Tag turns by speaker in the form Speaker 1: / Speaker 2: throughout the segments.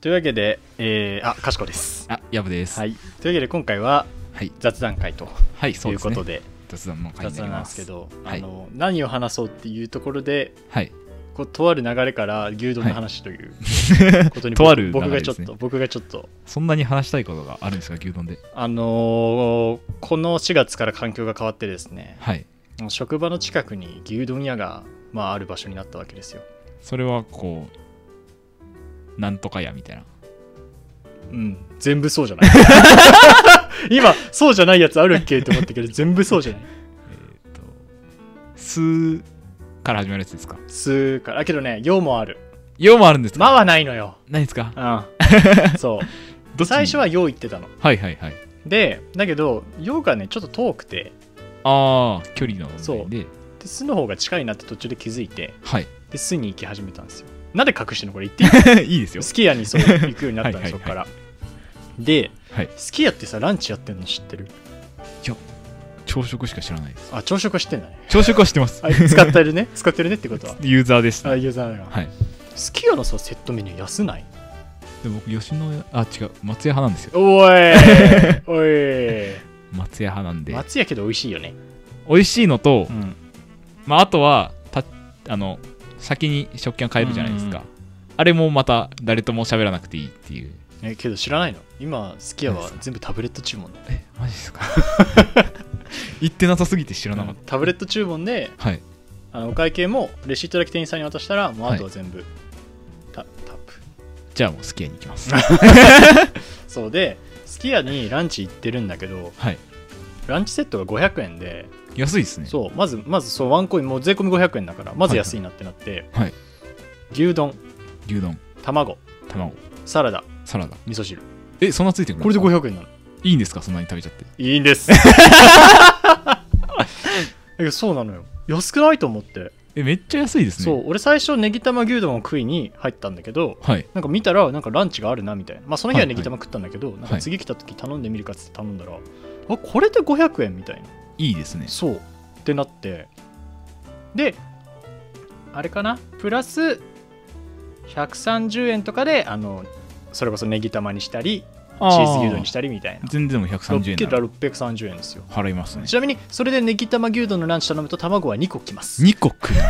Speaker 1: というわけで、えー、あ、かしこです。
Speaker 2: あ、やぶです。
Speaker 1: は
Speaker 2: はい。
Speaker 1: い。というわけで、今回は
Speaker 2: はい、
Speaker 1: 雑談会と
Speaker 2: そ
Speaker 1: いうう
Speaker 2: です
Speaker 1: こ
Speaker 2: ね。
Speaker 1: とで、
Speaker 2: 雑談の
Speaker 1: 雑
Speaker 2: 会にな
Speaker 1: 談
Speaker 2: り
Speaker 1: なん
Speaker 2: ま
Speaker 1: です
Speaker 2: す
Speaker 1: けど、
Speaker 2: はい
Speaker 1: あの何を話そうっていうところで、
Speaker 2: はい。
Speaker 1: こうとある流れから牛丼の話ということ に、
Speaker 2: とある
Speaker 1: 僕
Speaker 2: 流
Speaker 1: が
Speaker 2: れ
Speaker 1: ちょ
Speaker 2: で
Speaker 1: っ
Speaker 2: すね
Speaker 1: と、僕がちょっと、
Speaker 2: そんなに話したいことがあるんですか、牛丼で。
Speaker 1: あのーこの4月から環境が変わってですね、
Speaker 2: はい。
Speaker 1: 職場の近くに牛丼屋が、まあ、ある場所になったわけですよ。
Speaker 2: それはこう、なんとかやみたいな。
Speaker 1: うん、全部そうじゃない。 今、そうじゃないやつあるっけって思ったけど、全部そうじゃない。
Speaker 2: えっと、すーから始まるやつですか。
Speaker 1: すーから、あけどね、ようもある。
Speaker 2: ようもあるんですか。
Speaker 1: まはないのよ。
Speaker 2: ないですか。
Speaker 1: うん。そう。
Speaker 2: どっちに
Speaker 1: 最初はよう言ってたの。
Speaker 2: はいはいはい。
Speaker 1: で、だけど、ようがね、ちょっと遠くて、
Speaker 2: ああ、距離の問題
Speaker 1: そう
Speaker 2: で。
Speaker 1: で、すの方が近いなって途中で気づいて、
Speaker 2: はい。
Speaker 1: で、すに行き始めたんですよ。なんで隠してんのこれ言っていい
Speaker 2: いいです よ。
Speaker 1: すき家にそう行くようになったの、
Speaker 2: はいはいはい
Speaker 1: そっから。で、
Speaker 2: はい。
Speaker 1: すき家ってさ、ランチやってんの知ってる
Speaker 2: 朝食しか知らないです。
Speaker 1: あ、朝食は知ってんだね。
Speaker 2: 朝食は知ってます。
Speaker 1: あ使ってるね 使ってるねってことは。
Speaker 2: ユーザーでした。
Speaker 1: あ、ユーザーが。
Speaker 2: はい。
Speaker 1: すき家のさ、セットメニュー安ない
Speaker 2: で僕、吉野家、あ、違う、松屋派なんですよ。
Speaker 1: おい おい
Speaker 2: 松屋派なんで。
Speaker 1: 松屋けど美味しいよね。
Speaker 2: 美味しいのと、
Speaker 1: ん。
Speaker 2: まあ、あとはたあの先に食券を買えるじゃないですか、
Speaker 1: うん
Speaker 2: あれもまた誰とも喋らなくていいっていう
Speaker 1: え、けど知らないの今、すき家は全部タブレット注文だよ。
Speaker 2: えマジですか 言ってなさすぎて知らなかった、
Speaker 1: タブレット注文で、
Speaker 2: はい
Speaker 1: あのお会計もレシートだけ店員さんに渡したら、もうあとは全部、タタップ。
Speaker 2: じゃあもうすき家に行きます
Speaker 1: そうで、すき家にランチ行ってるんだけど、
Speaker 2: はい
Speaker 1: ランチセットが500円で、
Speaker 2: 安いですね
Speaker 1: そう、まず、まずそうワンコイン、もう税込み500円だから、まず安いなってなって、
Speaker 2: はい
Speaker 1: 牛丼、
Speaker 2: 牛丼
Speaker 1: 卵、
Speaker 2: 卵
Speaker 1: サラダ、
Speaker 2: サラダ
Speaker 1: 味噌汁。
Speaker 2: えそんなついてくる
Speaker 1: これで500円なの。
Speaker 2: いいんですかそんなに食べちゃって
Speaker 1: いいんです。 えそうなのよ。安くないと思って。
Speaker 2: えめっちゃ安いですね
Speaker 1: そう、俺最初、ネギ玉牛丼を食いに入ったんだけど、
Speaker 2: はい
Speaker 1: なんか見たら、なんかランチがあるなみたいな。まあ、その日はネギ玉食ったんだけど、なんか
Speaker 2: はい
Speaker 1: 次来た時頼んでみるかっつって頼んだら、あ、これで500円みたいな。
Speaker 2: いいですね
Speaker 1: そう。ってなって。で、あれかなプラス、130円とかで、あの、それこそネギ玉にしたり、チーズ牛丼にしたりみたいな。
Speaker 2: 全然でも130円
Speaker 1: 6
Speaker 2: なら
Speaker 1: 630円ですよ。
Speaker 2: 払いますね
Speaker 1: ちなみにそれでネギ玉牛丼のランチ頼むと卵は2個きます
Speaker 2: 2個食うんで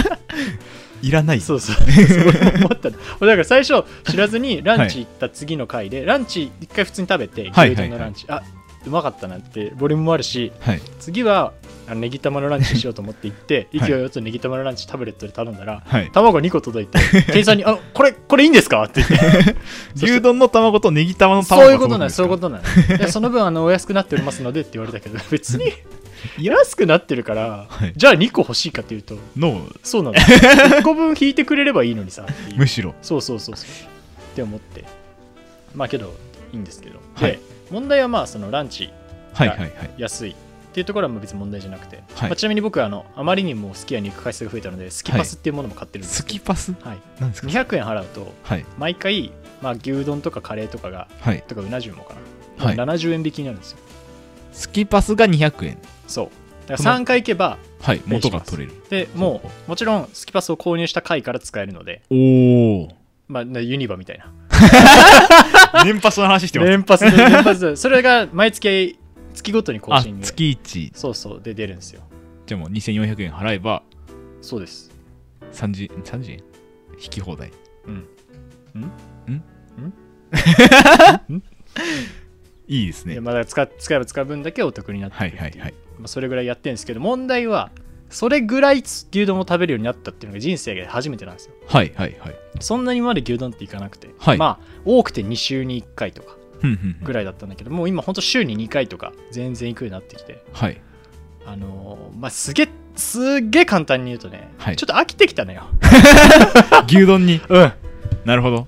Speaker 2: すか いらない
Speaker 1: そうそうそう思ったの俺だから最初知らずにランチ行った次の回で、ランチ1回普通に食べて
Speaker 2: はい
Speaker 1: 牛丼のランチ、あうまかったなってボリュームもあるし
Speaker 2: はい
Speaker 1: 次はあのネギ玉のランチしようと思って行って、
Speaker 2: はい
Speaker 1: 勢いよくネギ玉のランチタブレットで頼んだら
Speaker 2: はい
Speaker 1: 卵2個届いて店員さんに「あのこれこれいいんですか?」って言って
Speaker 2: 牛丼の卵とネギ玉の卵
Speaker 1: そうい
Speaker 2: が
Speaker 1: うことなんそういう
Speaker 2: 届くんですか
Speaker 1: ことなんいやその分あのお安くなっておりますのでって言われたけど別に安くなってるから、
Speaker 2: はい
Speaker 1: じゃあ2個欲しいかっていうと
Speaker 2: の
Speaker 1: そうなの1個分引いてくれればいいのにさっていう
Speaker 2: むしろ
Speaker 1: そうそうそうそうって思ってまあけどいいんですけど、
Speaker 2: はい
Speaker 1: で問題はまあそのランチ
Speaker 2: はいはいはい
Speaker 1: 安いっていうところはまあ別に問題じゃなくて、
Speaker 2: はい
Speaker 1: まあ、ちなみに僕はあのあまりにもすき家に行く回数が増えたのでスキパスっていうものも買ってるんです
Speaker 2: ス
Speaker 1: け
Speaker 2: キパス
Speaker 1: ど、はい
Speaker 2: なんですか
Speaker 1: 200円払うと
Speaker 2: はい
Speaker 1: 毎回、まあ、牛丼とかカレーとかが
Speaker 2: はい
Speaker 1: とかうな重もかな、
Speaker 2: はい
Speaker 1: 70円引きになるんですよ
Speaker 2: スキパスが200円
Speaker 1: そうだから3回行けば
Speaker 2: はい
Speaker 1: 礼します
Speaker 2: 元が取れる
Speaker 1: でもうもちろんスキパスを購入した回から使えるので、
Speaker 2: おお
Speaker 1: まあ、ねユニバみたいな
Speaker 2: 年パスの話してます
Speaker 1: 連発で連発でそれが毎月月ごとに更
Speaker 2: あ
Speaker 1: 新で
Speaker 2: 月1
Speaker 1: そうそうで出るんですよ
Speaker 2: じゃあもう2400円払えば
Speaker 1: そうです
Speaker 2: 30 30円引き放題
Speaker 1: うん
Speaker 2: いいです
Speaker 1: で
Speaker 2: ね
Speaker 1: まだ使使えば使う分だけお得になって
Speaker 2: は
Speaker 1: る
Speaker 2: い
Speaker 1: っていう
Speaker 2: はいはい
Speaker 1: まあ、それぐらいやってるんですけど問題はそれぐらい牛丼を食べるようになったっていうのが人生で初めてなんですよ
Speaker 2: はいはいはい
Speaker 1: そんなにまで牛丼っていかなくて、
Speaker 2: はい
Speaker 1: まあ多くて2週に1回とか
Speaker 2: ふんふんふ
Speaker 1: ぐ
Speaker 2: ん
Speaker 1: らいだったんだけどもう今ほんと週に2回とか全然行くようになってきて
Speaker 2: はい
Speaker 1: あのーまあすげえすげえ簡単に言うとね、
Speaker 2: はい
Speaker 1: ちょっと飽きてきたのよ
Speaker 2: 牛丼に
Speaker 1: うん
Speaker 2: なるほど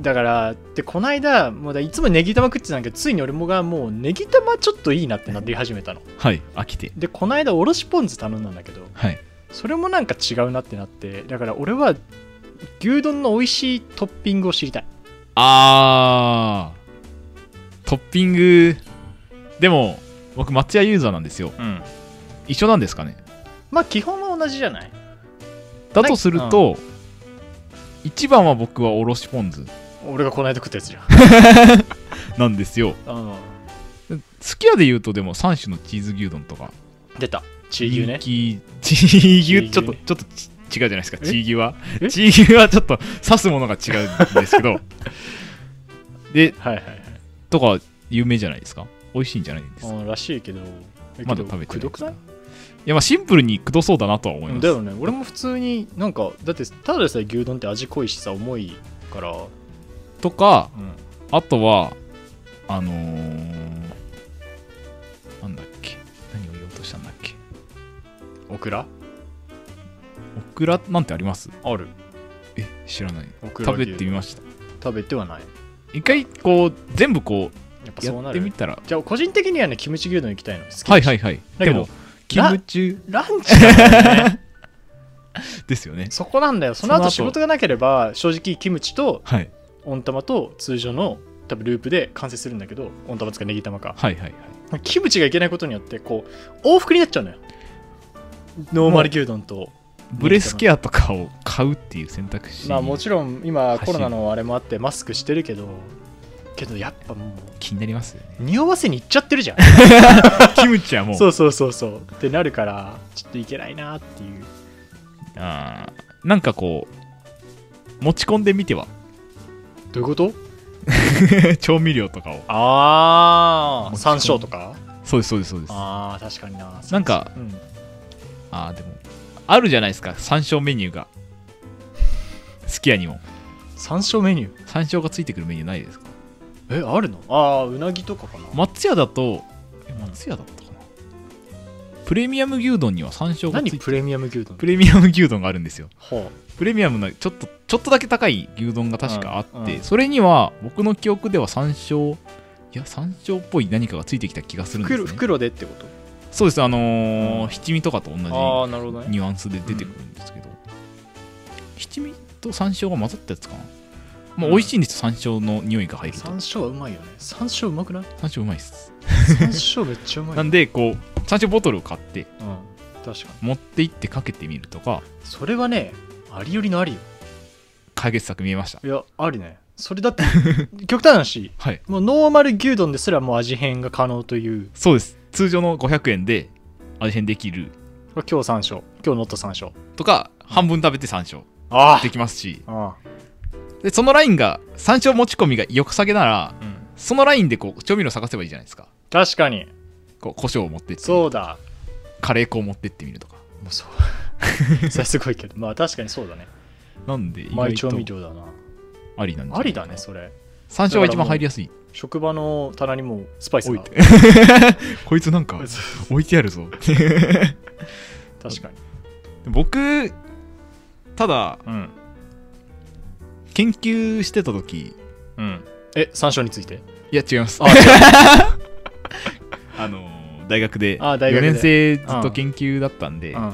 Speaker 1: だからでこの間もうだいつもネギ玉食ってたんだけどついに俺もがもうネギ玉ちょっといいなってなり始めたの
Speaker 2: はい飽きて
Speaker 1: でこの間おろしポン酢頼んだんだけど
Speaker 2: はい
Speaker 1: それもなんか違うなってなってだから俺は牛丼の美味しいトッピングを知りたい
Speaker 2: あートッピングでも僕松屋ユーザーなんですよ
Speaker 1: うん
Speaker 2: 一緒なんですかね
Speaker 1: まあ基本は同じじゃない
Speaker 2: だとすると、一番は僕はおろしポン酢
Speaker 1: 俺がこの間食ったやつじゃん
Speaker 2: なんですよ
Speaker 1: うん
Speaker 2: すき家で言うとでも3種のチーズ牛丼とか
Speaker 1: 出た地牛ね
Speaker 2: 人気チー
Speaker 1: チー
Speaker 2: 牛
Speaker 1: 牛
Speaker 2: ちょっと
Speaker 1: ね
Speaker 2: ちょっとち違うじゃないですか
Speaker 1: え
Speaker 2: チー牛は
Speaker 1: え
Speaker 2: チー牛はちょっと刺すものが違うんです けどで
Speaker 1: はいはいはい
Speaker 2: とか有名じゃないですか美味しいんじゃないですか
Speaker 1: うんらしいけどえ
Speaker 2: まだ
Speaker 1: けど
Speaker 2: 食べて
Speaker 1: く
Speaker 2: ない
Speaker 1: ど
Speaker 2: で
Speaker 1: く
Speaker 2: すか
Speaker 1: ない
Speaker 2: いやまあシンプルにくどそうだなとは思います
Speaker 1: だよね俺も普通になんかだってただでさえ牛丼って味濃いしさ重いから、
Speaker 2: とか
Speaker 1: うん、
Speaker 2: あとはあのーなんだっけ何を言おうとしたんだっけ
Speaker 1: オクラ
Speaker 2: オクラなんてあります
Speaker 1: ある
Speaker 2: え知らない
Speaker 1: オクラ
Speaker 2: 食べてみました
Speaker 1: 食べてはない
Speaker 2: 一回こう全部こ
Speaker 1: やっぱ
Speaker 2: うや
Speaker 1: そうな
Speaker 2: ってみ
Speaker 1: る
Speaker 2: たら
Speaker 1: じゃあ個人的にはねキムチ牛丼行きたいの好きだし
Speaker 2: はいはいはい
Speaker 1: だ
Speaker 2: で
Speaker 1: け
Speaker 2: も
Speaker 1: ど
Speaker 2: 勤務中
Speaker 1: ランチなんだよね
Speaker 2: ですよね
Speaker 1: そこなんだよその
Speaker 2: その
Speaker 1: 後
Speaker 2: 後
Speaker 1: 仕事がなければ正直キムチと
Speaker 2: はい
Speaker 1: 温玉と通常の多分ループで完成するんだけど温玉つかネギ玉か
Speaker 2: はいはいはい
Speaker 1: キムチがいけないことによってこう往復になっちゃうのよノーマル牛丼と
Speaker 2: ブレスケアとかを買うっていう選択肢
Speaker 1: まあもちろん今コ
Speaker 2: 走る
Speaker 1: ロナのあれもあってマスクしてるけどけどやっぱもう
Speaker 2: 気になりますよ ね
Speaker 1: 匂わせに行っちゃってるじ ゃん
Speaker 2: キムチはもう
Speaker 1: そうそうそうそうってなるからちょっといけないなっていう
Speaker 2: あーなんかこう持ち込んでみては
Speaker 1: どういうこと
Speaker 2: 調味料とかを
Speaker 1: あ
Speaker 2: ー
Speaker 1: 山椒とか
Speaker 2: そうですそうですそうです
Speaker 1: ああ確かにな
Speaker 2: なんか
Speaker 1: うん
Speaker 2: あーでもあるじゃないですか山椒メニューがすき家にも
Speaker 1: 山椒メニュ
Speaker 2: 山椒がついてくるメニューないですか
Speaker 1: ーえあるのああうなぎとかかな、
Speaker 2: 松屋だとえ松屋だったかなプレミアム牛丼には山椒がつい
Speaker 1: 何
Speaker 2: て
Speaker 1: プレミアム牛丼
Speaker 2: プレミアム牛丼があるんですよ
Speaker 1: ほ
Speaker 2: プレミアムなちょっとちょっとだけ高い牛丼が確かあって、
Speaker 1: うんうん
Speaker 2: それには僕の記憶では山椒いや山椒っぽい何かがついてきた気がす
Speaker 1: う
Speaker 2: るんです、
Speaker 1: 袋
Speaker 2: ね、
Speaker 1: 袋でってこと
Speaker 2: そうですあのー
Speaker 1: うん
Speaker 2: 七味とかと同じ
Speaker 1: ああなるほどね
Speaker 2: ニュアンスで出てくるんですけど、七味と山椒が混ざったやつかな、まあ、
Speaker 1: うん
Speaker 2: 美味しいんですよ山椒の匂いが入ると
Speaker 1: 山椒はうまいよね山椒うまく ない
Speaker 2: 山椒うまいっす
Speaker 1: 山椒めっちゃうまい
Speaker 2: なんでこう山椒ボトルを買って
Speaker 1: うん確かに
Speaker 2: 持って行ってかけてみるとか
Speaker 1: それはねありよりのありよ
Speaker 2: 解決策見えました
Speaker 1: いやありねそれだって 極端な話
Speaker 2: はい
Speaker 1: もうノーマル牛丼ですらもう味変が可能という
Speaker 2: そうです通常の500円で味変できる
Speaker 1: これ今日山椒今日ノット山椒
Speaker 2: とか半分食べて山椒
Speaker 1: あ
Speaker 2: できますし
Speaker 1: あああ
Speaker 2: でそのラインが山椒持ち込みがよく下げなら
Speaker 1: うん
Speaker 2: そのラインでこう調味料探せばいいじゃないですか
Speaker 1: 確かに
Speaker 2: こう胡椒を持ってって
Speaker 1: そうだ
Speaker 2: カレー粉を持ってってみるとか
Speaker 1: もうそう それすごいけどまあ確かにそうだね
Speaker 2: なんで意
Speaker 1: まあ
Speaker 2: 外
Speaker 1: 調味
Speaker 2: と
Speaker 1: 料だな
Speaker 2: ありなんじゃ
Speaker 1: あ
Speaker 2: ない
Speaker 1: り
Speaker 2: かな
Speaker 1: だねそれ
Speaker 2: 山椒が一番入りやすい
Speaker 1: 職場の棚にもうスパイス
Speaker 2: 置い
Speaker 1: が
Speaker 2: て こいつなんか置いてやるぞ
Speaker 1: 確かに
Speaker 2: 僕ただ
Speaker 1: うん
Speaker 2: 研究してた時
Speaker 1: うんえ山椒について
Speaker 2: いや違います
Speaker 1: あ違う
Speaker 2: あのー大学で
Speaker 1: あ大学で
Speaker 2: 4年生ずっと研究だったんで、
Speaker 1: うん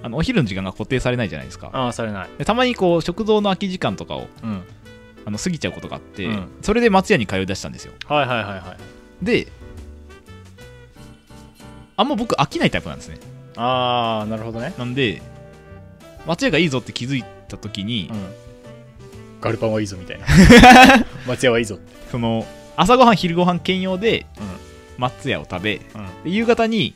Speaker 2: あのお昼の時間が固定されないじゃないですか
Speaker 1: ああされない
Speaker 2: でたまにこう食堂の空き時間とかを
Speaker 1: うん
Speaker 2: あの過ぎちゃうことがあって、
Speaker 1: うん
Speaker 2: それで松屋に通い出したんですよ
Speaker 1: はいはいはいはい
Speaker 2: であんま僕飽きないタイプなんですね
Speaker 1: ああなるほどね
Speaker 2: なんで松屋がいいぞって気づいた時に、
Speaker 1: うんガルパンはいいぞみた いな松屋はいいぞって
Speaker 2: その朝ごはん昼ごはん兼用で
Speaker 1: う
Speaker 2: 松屋を食べ
Speaker 1: んうん
Speaker 2: で夕方に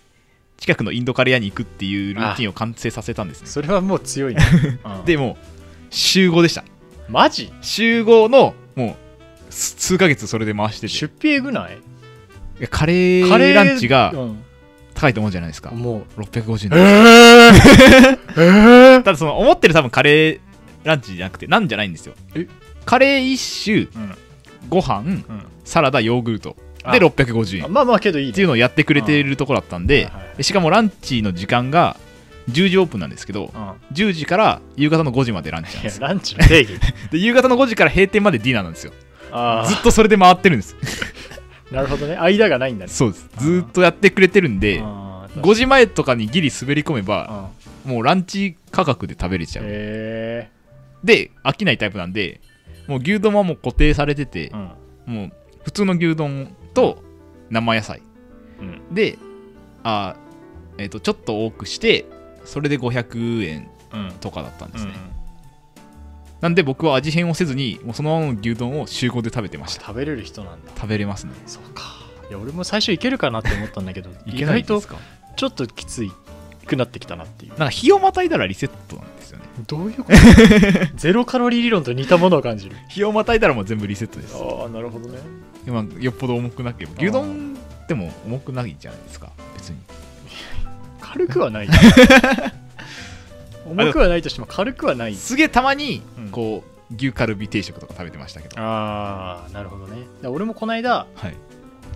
Speaker 2: 近くのインドカレー屋に行くっていうルーティンを完成させたんですね
Speaker 1: それはもう強いね、うん
Speaker 2: でもう週5でした
Speaker 1: マジ
Speaker 2: 週5のもうす数ヶ月それで回してて
Speaker 1: 出費えぐない
Speaker 2: いやカレ
Speaker 1: カレ
Speaker 2: ー
Speaker 1: ー
Speaker 2: ランチが
Speaker 1: うん
Speaker 2: 高いと思うじゃないですか
Speaker 1: もう
Speaker 2: 650
Speaker 1: え
Speaker 2: 円
Speaker 1: え ええ
Speaker 2: ただその思ってる多分カレーランチじゃなくてなんじゃないんですよ
Speaker 1: え
Speaker 2: カレー1種
Speaker 1: うん
Speaker 2: ご飯
Speaker 1: うん
Speaker 2: サラダヨーグルト
Speaker 1: あ
Speaker 2: で650円
Speaker 1: まあまあけどいい
Speaker 2: っていうのをやってくれているところだったんで
Speaker 1: あはいはい
Speaker 2: でしかもランチの時間が10時オープンなんですけど
Speaker 1: うん
Speaker 2: 10時から夕方の5時までランチ
Speaker 1: い
Speaker 2: なんで
Speaker 1: や
Speaker 2: すよ
Speaker 1: ランチの定義
Speaker 2: で夕方の5時から閉店までディナーなんですよ
Speaker 1: あ
Speaker 2: ずっとそれで回ってるんです
Speaker 1: あなるほどね間がないんだね
Speaker 2: そうですずーっとやってくれてるんで
Speaker 1: あー
Speaker 2: 5時前とかにギリ滑り込めば
Speaker 1: うん
Speaker 2: もうランチ価格で食べれちゃう
Speaker 1: へ
Speaker 2: で飽きないタイプなんでもう牛丼はもう固定されて
Speaker 1: え
Speaker 2: て
Speaker 1: うん
Speaker 2: もう普通の牛丼と生野菜
Speaker 1: うん
Speaker 2: であーえっ、とちょっと多くしてそれで500円
Speaker 1: うん
Speaker 2: とかだったんですね、なんで僕は味変をせずにもうそのままの牛丼を週5で食べてました
Speaker 1: 食べれる人なんだ
Speaker 2: 食べれますね
Speaker 1: そうかいや俺も最初いけるかなって思ったんだ けど
Speaker 2: い
Speaker 1: 意
Speaker 2: けな
Speaker 1: 外
Speaker 2: いで
Speaker 1: と
Speaker 2: すか
Speaker 1: ちょっときついくなってきたなっていう
Speaker 2: なんか日をまたいだらリセットなんですよね
Speaker 1: どういうこと ゼロカロリー理論と似たものを感じる
Speaker 2: 日をまたいだらもう全部リセットです
Speaker 1: ああなるほどね
Speaker 2: まあよっぽど重くなければ牛丼でも重くないじゃないですか別に
Speaker 1: 軽くは ない重くはないとしても軽くはない
Speaker 2: すげえたまに
Speaker 1: うん
Speaker 2: こう牛カルビ定食とか食べてましたけど
Speaker 1: ああなるほどねだ俺もこの間
Speaker 2: はい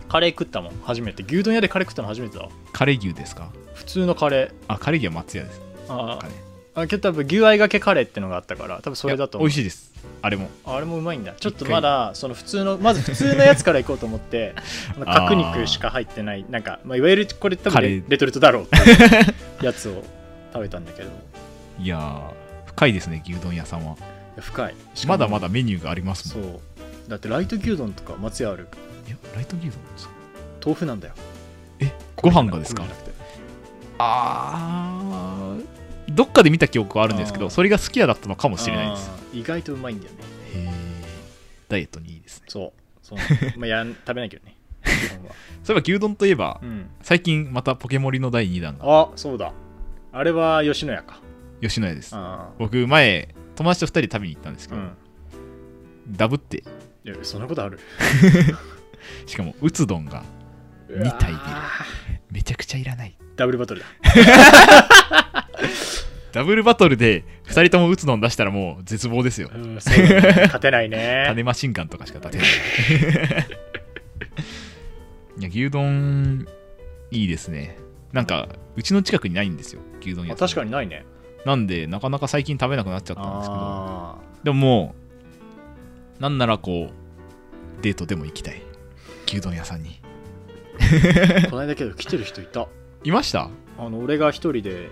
Speaker 1: カレー食ったもん初めて牛丼屋でカレー食ったの初めてだわ
Speaker 2: カレー牛ですか
Speaker 1: 普通のカレー
Speaker 2: あカレー牛は松屋です
Speaker 1: あ
Speaker 2: カレー
Speaker 1: ーあけど多分牛合いがけカレーってのがあったから多分それだと思
Speaker 2: いや美
Speaker 1: う
Speaker 2: 味しいですあれも
Speaker 1: あれもうまいんだちょっとまだその普通のまず普通のやつからいこうと思って あの角肉しか入ってないなんか、まあ、いわゆるこれ多
Speaker 2: カ
Speaker 1: 分
Speaker 2: レ
Speaker 1: レ
Speaker 2: ー
Speaker 1: レトルトだろうっていうやつを食べたんだけ どい
Speaker 2: いやー深いですね牛丼屋さんは
Speaker 1: や深いしかも
Speaker 2: まだまだメニューがあります
Speaker 1: そ
Speaker 2: もん
Speaker 1: うだってライト牛丼とか松屋ある
Speaker 2: いやライト牛丼です
Speaker 1: 豆腐なんだよ
Speaker 2: えご飯がですか
Speaker 1: 米じゃなくて
Speaker 2: あーどっかで見た記憶はあるんですけ
Speaker 1: あ
Speaker 2: ど
Speaker 1: ー
Speaker 2: それが好きやだったのかもしれないです
Speaker 1: あー意外とうまいんだよね
Speaker 2: へえダイエットにいいですね
Speaker 1: そう そうなんだまあやん食べないけどね基本は、
Speaker 2: そういえば牛丼といえば
Speaker 1: うん、
Speaker 2: 最近またポケモリの第2弾が
Speaker 1: あそうだあれは吉野家か
Speaker 2: 吉野家です
Speaker 1: あ
Speaker 2: 僕前友達と2人で食べに行ったんです
Speaker 1: あ
Speaker 2: け
Speaker 1: う
Speaker 2: ど、
Speaker 1: ん
Speaker 2: ダブって
Speaker 1: いやそんなことある
Speaker 2: しかもうつ丼が二体でめちゃくちゃいらない
Speaker 1: ダブルバトルだ
Speaker 2: ダブルバトルで2人ともうつ丼出したらもう絶望ですよ
Speaker 1: うんそうだね勝てない ね
Speaker 2: 種マシンガンとかしか立てない いや牛丼いいですねなんかうちの近くにないんですよ牛丼屋
Speaker 1: あ
Speaker 2: さん
Speaker 1: 確かにないね
Speaker 2: なんでなかなか最近食べなくなっちゃったんですけど
Speaker 1: あ
Speaker 2: でももうなんならこうデートでも行きたい牛丼屋さんに
Speaker 1: あこの間けど来てる人い た
Speaker 2: いました
Speaker 1: あの俺が一人で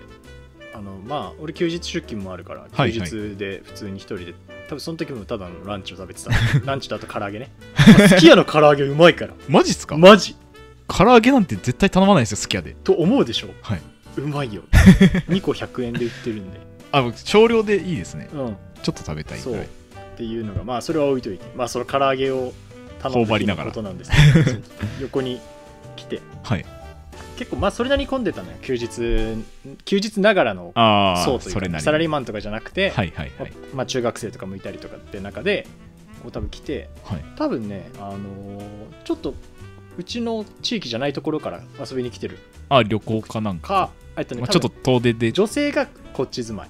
Speaker 1: あのまあ俺休日出勤もあるから
Speaker 2: はい
Speaker 1: 休日で普通に一人で、多分その時もただのランチを食べて たランチだと唐揚げねすき家の唐揚げうまいから
Speaker 2: マジっ すか、
Speaker 1: マジ
Speaker 2: 唐揚げなんて絶対頼まないですよすき家で
Speaker 1: と思うでしょ、
Speaker 2: はいう
Speaker 1: ま いよ2個100円で売ってるんで
Speaker 2: あ僕少量でいいですね
Speaker 1: うん
Speaker 2: ちょっと食べたい
Speaker 1: そ
Speaker 2: ぐ
Speaker 1: う
Speaker 2: ら
Speaker 1: っ
Speaker 2: い
Speaker 1: ていうのがまあそれは置いといてまあその唐揚げを頼む
Speaker 2: 頬
Speaker 1: 時
Speaker 2: 張り
Speaker 1: の
Speaker 2: なが
Speaker 1: こ
Speaker 2: ら
Speaker 1: となんですけどそう横に来て
Speaker 2: はい
Speaker 1: 結構まあそれなりに混んでたのよ休日休日ながらの
Speaker 2: ああ
Speaker 1: そうというか
Speaker 2: れなり
Speaker 1: サラリー
Speaker 2: ー
Speaker 1: マンとかじゃなくて、
Speaker 2: はいはいはい
Speaker 1: まあ、中学生とかもいたりとかって中でこう多分来て
Speaker 2: はい
Speaker 1: 多分ね、あのーちょっとうちの地域じゃないところから遊びに来てる
Speaker 2: あ旅行かなんか
Speaker 1: か、えっとね
Speaker 2: まあ、ち
Speaker 1: 多
Speaker 2: ょっ
Speaker 1: 分
Speaker 2: と遠出で
Speaker 1: 女性がこっち住まい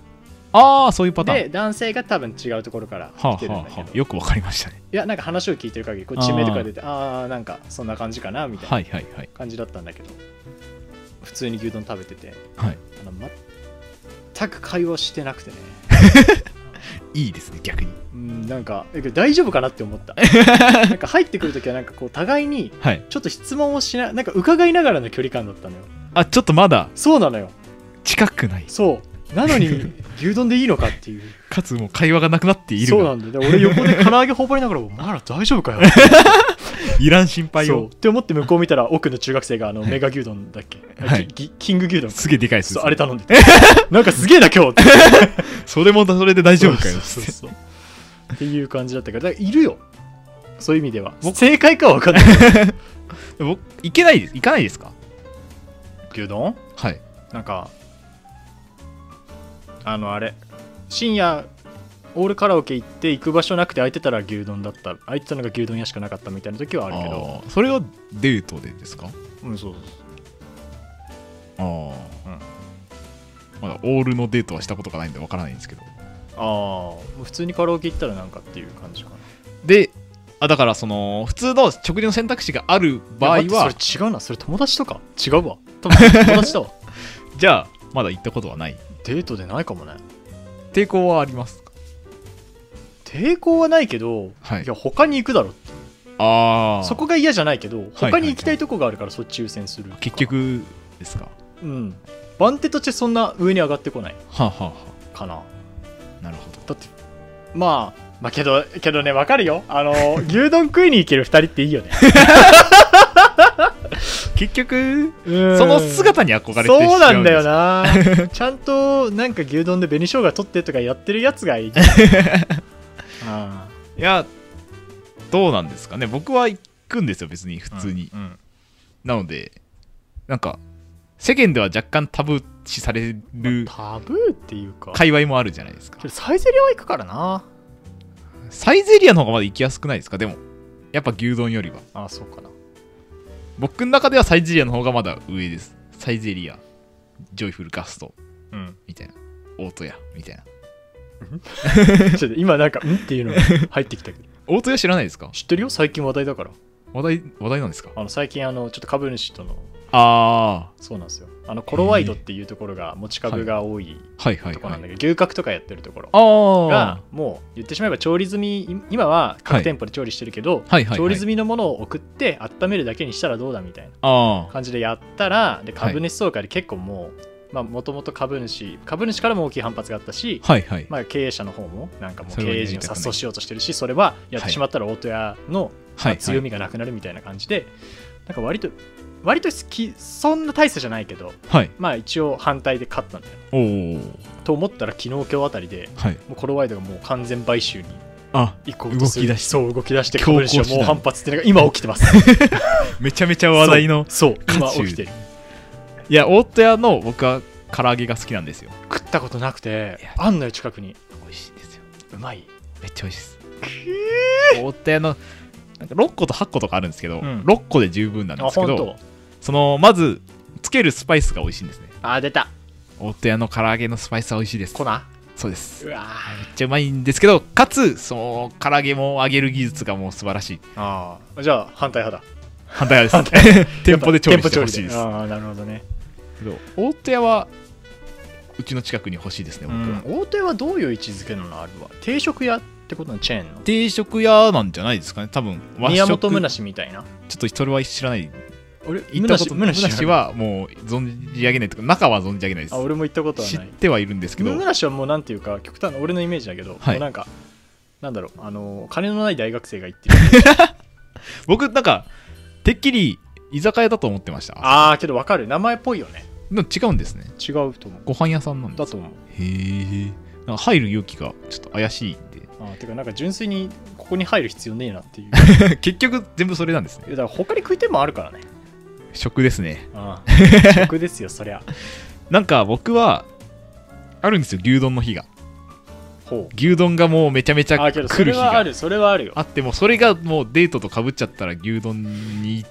Speaker 2: ああそういうパターン
Speaker 1: で男性が多分違うところから
Speaker 2: は
Speaker 1: 来て
Speaker 2: あ、
Speaker 1: るんだ
Speaker 2: は
Speaker 1: けど、
Speaker 2: あはあ、よくわかりましたね
Speaker 1: いやなんか話を聞いてる限りこう地名とか出てああーなんかそんな感じかなみたい
Speaker 2: は
Speaker 1: ない
Speaker 2: はいはい
Speaker 1: 感じだったんだけど、普通に牛丼食べてて
Speaker 2: はい
Speaker 1: あの全く会話してなくてね
Speaker 2: いいですね逆に
Speaker 1: うんなんかえけど大丈夫かなって 思ったなんか入ってくるときはなんかこう互いに
Speaker 2: はい
Speaker 1: ちょっと質問をしななんか伺いながらの距離感だったのよ
Speaker 2: あちょっとまだ
Speaker 1: そうなのよ
Speaker 2: 近くない
Speaker 1: そうなの に牛丼でいいのかっていう
Speaker 2: かつもう会話がなくなっている
Speaker 1: そう
Speaker 2: が
Speaker 1: なんだよで俺横で唐揚げ頬張りながら「お前ら大丈夫か よ」
Speaker 2: いらん心配
Speaker 1: そう
Speaker 2: を
Speaker 1: って思って向こう見たら奥の中学生があのメガ牛丼だっけ、
Speaker 2: はい
Speaker 1: キキング牛丼か
Speaker 2: すげえでかいです
Speaker 1: そうあれ頼んでてなんかすげえな今日って
Speaker 2: それもそれで大丈夫かよ
Speaker 1: そう
Speaker 2: つ
Speaker 1: そう
Speaker 2: って
Speaker 1: そうっていう感じだったからだからいるよそういう意味では正解かは分かんない
Speaker 2: 僕行けないです行かないですか
Speaker 1: 牛丼
Speaker 2: はい
Speaker 1: なんかあのあれ深夜オールカラオケ行って行く場所なくて空いてたら牛丼だった空いてたのが牛丼屋しかなかったみたいな時はあ
Speaker 2: あ
Speaker 1: るけど
Speaker 2: ーそれはデートでですか
Speaker 1: うんそうそう
Speaker 2: ああ、まだオールのデートはしたことがないんでわからないんですけど
Speaker 1: ああもう普通にカラオケ行ったらなんかっていう感じかな
Speaker 2: であだからその普通の食事の選択肢がある場合
Speaker 1: いや待っ
Speaker 2: は
Speaker 1: てそれ違うなそれ友達とか違うわ多分友達だわ
Speaker 2: じゃあまだ行ったことはない
Speaker 1: デートでないかもね
Speaker 2: 抵抗はありますか
Speaker 1: 抵抗はないけど、
Speaker 2: はい
Speaker 1: や他に行くだろって
Speaker 2: ああ
Speaker 1: そこが嫌じゃないけど
Speaker 2: はい
Speaker 1: 他に行きたいとこがあるからそっち優先するとか
Speaker 2: 結局ですか
Speaker 1: うん番手としてそんな上に上がってこない
Speaker 2: はあ、はあは
Speaker 1: かな
Speaker 2: あ、なるほど
Speaker 1: だってまあまあけどけどねわかるよあの 牛丼食いに行ける2人っていいよね
Speaker 2: 結局
Speaker 1: うん
Speaker 2: その姿に憧れてしま
Speaker 1: そうなんだよ
Speaker 2: な
Speaker 1: なちゃんとなんか牛丼で紅生姜取ってとかやってるやつがいい あ
Speaker 2: いやどうなんですかね僕は行くんですよ別に普
Speaker 1: ー
Speaker 2: 通に、
Speaker 1: うんうん
Speaker 2: なのでなんか世間では若干タブー視される
Speaker 1: タブーっていうか
Speaker 2: 界隈もあるじゃないですか
Speaker 1: けどサイゼリアは行くからな
Speaker 2: サイゼリアの方がまだ行きやすくないですかでもやっぱ牛丼よりは
Speaker 1: あそうかな
Speaker 2: 僕の中ではサイゼリアの方がまだ上ですサイゼリアジョイフルガスト
Speaker 1: うん
Speaker 2: みたいなオートヤみたいな
Speaker 1: ちょっと今なんか「ん?」っていうのが入ってきたけど
Speaker 2: オートヤ知らないですか
Speaker 1: 知ってるよ最近話題だから
Speaker 2: 話題話題なんですか
Speaker 1: あの最近あのちょっと株主との
Speaker 2: あ
Speaker 1: そうなんですよあのコロワイドっていうところが持ち株が多い
Speaker 2: あはいはい
Speaker 1: ところ
Speaker 2: は
Speaker 1: なん
Speaker 2: い
Speaker 1: だけど牛角とかやってるところ
Speaker 2: ああ
Speaker 1: がもう言ってしまえば調理済みい今は各店舗で調理してるけど、
Speaker 2: はいはいはい
Speaker 1: 調理済みのものを送って温めるだけにしたらどうだみたいな
Speaker 2: ああ
Speaker 1: 感じでやったらで
Speaker 2: はい
Speaker 1: 株主総会で結構もうもともと株主株主からも大きい反発があったし、
Speaker 2: はいはい
Speaker 1: まあ、経営者の方もなんかもう
Speaker 2: それ
Speaker 1: 経
Speaker 2: はや
Speaker 1: 営
Speaker 2: りたく
Speaker 1: 陣
Speaker 2: な
Speaker 1: を
Speaker 2: い
Speaker 1: 殺そうしようとしてるしそれはやってしまったら大戸屋のま
Speaker 2: は
Speaker 1: あ
Speaker 2: い
Speaker 1: 強みがなくなるみたいな感じで、なんか割と割と好きそんな大差じゃないけど
Speaker 2: はい
Speaker 1: まあ一応反対で勝ったんだよ
Speaker 2: おお
Speaker 1: と思ったら昨日今日あたりで
Speaker 2: はい
Speaker 1: もうコロワイドがもう完全買収に
Speaker 2: あ
Speaker 1: 移行とする
Speaker 2: 動き出して
Speaker 1: そう動き出して
Speaker 2: 強
Speaker 1: 株
Speaker 2: 行
Speaker 1: 主
Speaker 2: 手
Speaker 1: は
Speaker 2: 段
Speaker 1: 猛反発っていうのが今起きてます
Speaker 2: めちゃめちゃ 話題の
Speaker 1: そうそう今
Speaker 2: 渦
Speaker 1: 起
Speaker 2: 中
Speaker 1: きてる
Speaker 2: いや大戸屋の僕は唐揚げが好きなんですよ
Speaker 1: 食ったことなくて
Speaker 2: いや
Speaker 1: あんのよ近くに
Speaker 2: 美味しいんですよ
Speaker 1: うまい
Speaker 2: めっちゃ美味しいです大戸屋のなんか6個と8個とかあるんですけど、
Speaker 1: うん
Speaker 2: 6個で十分なん
Speaker 1: あ
Speaker 2: ですけ
Speaker 1: 本
Speaker 2: ど
Speaker 1: 当
Speaker 2: そのまずつけるスパイスが美味しいんですね
Speaker 1: あ出た
Speaker 2: 大戸屋の唐揚げのスパイスは美味しいです
Speaker 1: 粉うわ
Speaker 2: そうですめっ
Speaker 1: ー
Speaker 2: ちゃうまいんですけどかつその唐揚げも揚げる技術がもう素晴らしい
Speaker 1: あーじゃあ反対派だ
Speaker 2: 反対 側
Speaker 1: 反
Speaker 2: です
Speaker 1: 対
Speaker 2: 店舗で調理してほしい
Speaker 1: 店舗
Speaker 2: です
Speaker 1: 調理ああなるほどね
Speaker 2: けど大戸屋はうちの近くに欲しいですね僕は、
Speaker 1: 大手はどういう位置づけなのあれは定食屋ってことのチェーンの
Speaker 2: 定食屋なんじゃないですかね多分和食
Speaker 1: 宮本むな
Speaker 2: ち
Speaker 1: しみたいな
Speaker 2: ょっとそれは知らない
Speaker 1: 俺
Speaker 2: 行ったことむなしはもう存じ上げないとか中は存じ上げないです
Speaker 1: あ俺も行ったことは
Speaker 2: 知っ
Speaker 1: ない
Speaker 2: てはいるんですけど
Speaker 1: むなしはもうなんていうか極端な俺のイメージだけど、
Speaker 2: はい
Speaker 1: もうなんかなんだろうあの金のない大学生が行って る
Speaker 2: 僕なんかてっきり居酒屋だと思ってました
Speaker 1: ああけどわかる名前っぽいよね
Speaker 2: でも違うんですね
Speaker 1: 違うと思う
Speaker 2: ご飯屋さんなんで
Speaker 1: だ
Speaker 2: す
Speaker 1: と思う
Speaker 2: へえなんか入る勇気がちょっと怪しいんで
Speaker 1: あーてかなんか純粋にここに入る必要ねえな っていうい
Speaker 2: 結局全部それなんですね
Speaker 1: やだから他に食い手もあるからね
Speaker 2: 食ですね
Speaker 1: ああ 食ですよそりゃ
Speaker 2: なんか僕はあるんですよ牛丼の日が
Speaker 1: ほう
Speaker 2: 牛丼がもうめちゃめちゃ
Speaker 1: あー
Speaker 2: 来
Speaker 1: け
Speaker 2: る
Speaker 1: どそ
Speaker 2: 日
Speaker 1: れ
Speaker 2: が
Speaker 1: はあるそれはあるよ
Speaker 2: あってもそれがもうデートとかぶっちゃったら牛丼に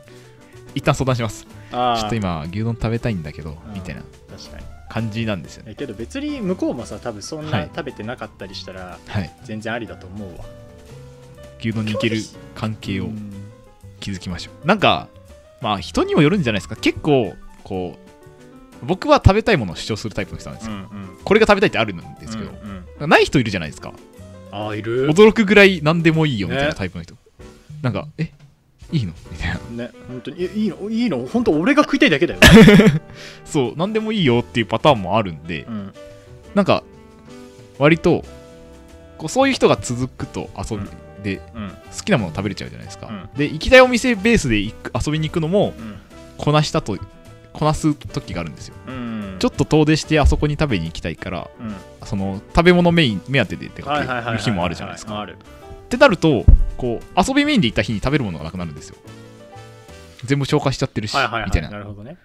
Speaker 2: 一旦相談しますち
Speaker 1: あ
Speaker 2: ょっ
Speaker 1: あ
Speaker 2: と今牛丼食べたいんだけどみたいな
Speaker 1: 確かに
Speaker 2: 感じなんですよね
Speaker 1: えけど別に向こうもさ多分そん
Speaker 2: は
Speaker 1: ない食べてなかったりしたら
Speaker 2: はい
Speaker 1: 全然ありだと思うわ、
Speaker 2: 牛丼に行ける関係
Speaker 1: う
Speaker 2: を
Speaker 1: ん
Speaker 2: 築きましょうなんかまあ人にもよるんじゃないですか結構こう僕は食べたいものを主張するタイプの人なんです
Speaker 1: う
Speaker 2: よ、
Speaker 1: んうん
Speaker 2: これが食べたいってあるんですけど、
Speaker 1: うん
Speaker 2: な
Speaker 1: うん
Speaker 2: んかない人いるじゃないですか
Speaker 1: あーいる
Speaker 2: 驚くぐらい何でもいいよみたい
Speaker 1: ね
Speaker 2: なタイプの人、なんかえいいのみたいな
Speaker 1: ね本当にいいいのいいの本当俺が食いたいだけだよ、
Speaker 2: そう何でもいいよっていうパターンもあるんで、
Speaker 1: うん、
Speaker 2: なんか割とこうそういう人が続くと遊びで
Speaker 1: うん
Speaker 2: 好きなものを食べれちゃうじゃないですか、
Speaker 1: う
Speaker 2: で行きたいお店ベースで行く遊びに行くのも
Speaker 1: うん
Speaker 2: こなしたとこなす時があるんですよ
Speaker 1: うん
Speaker 2: ちょっと遠出してあそこに食べに行きたいから
Speaker 1: うん
Speaker 2: その食べ物メイン目当てで出か
Speaker 1: はいはい
Speaker 2: け
Speaker 1: はいはい
Speaker 2: る日もあるじゃないです
Speaker 1: あ
Speaker 2: か
Speaker 1: る
Speaker 2: ってなるとこう遊びメインで行った日に食べるものがなくなるんですよ全部消化しちゃってるし、
Speaker 1: はいはいはい
Speaker 2: みたい
Speaker 1: な
Speaker 2: な
Speaker 1: るほどね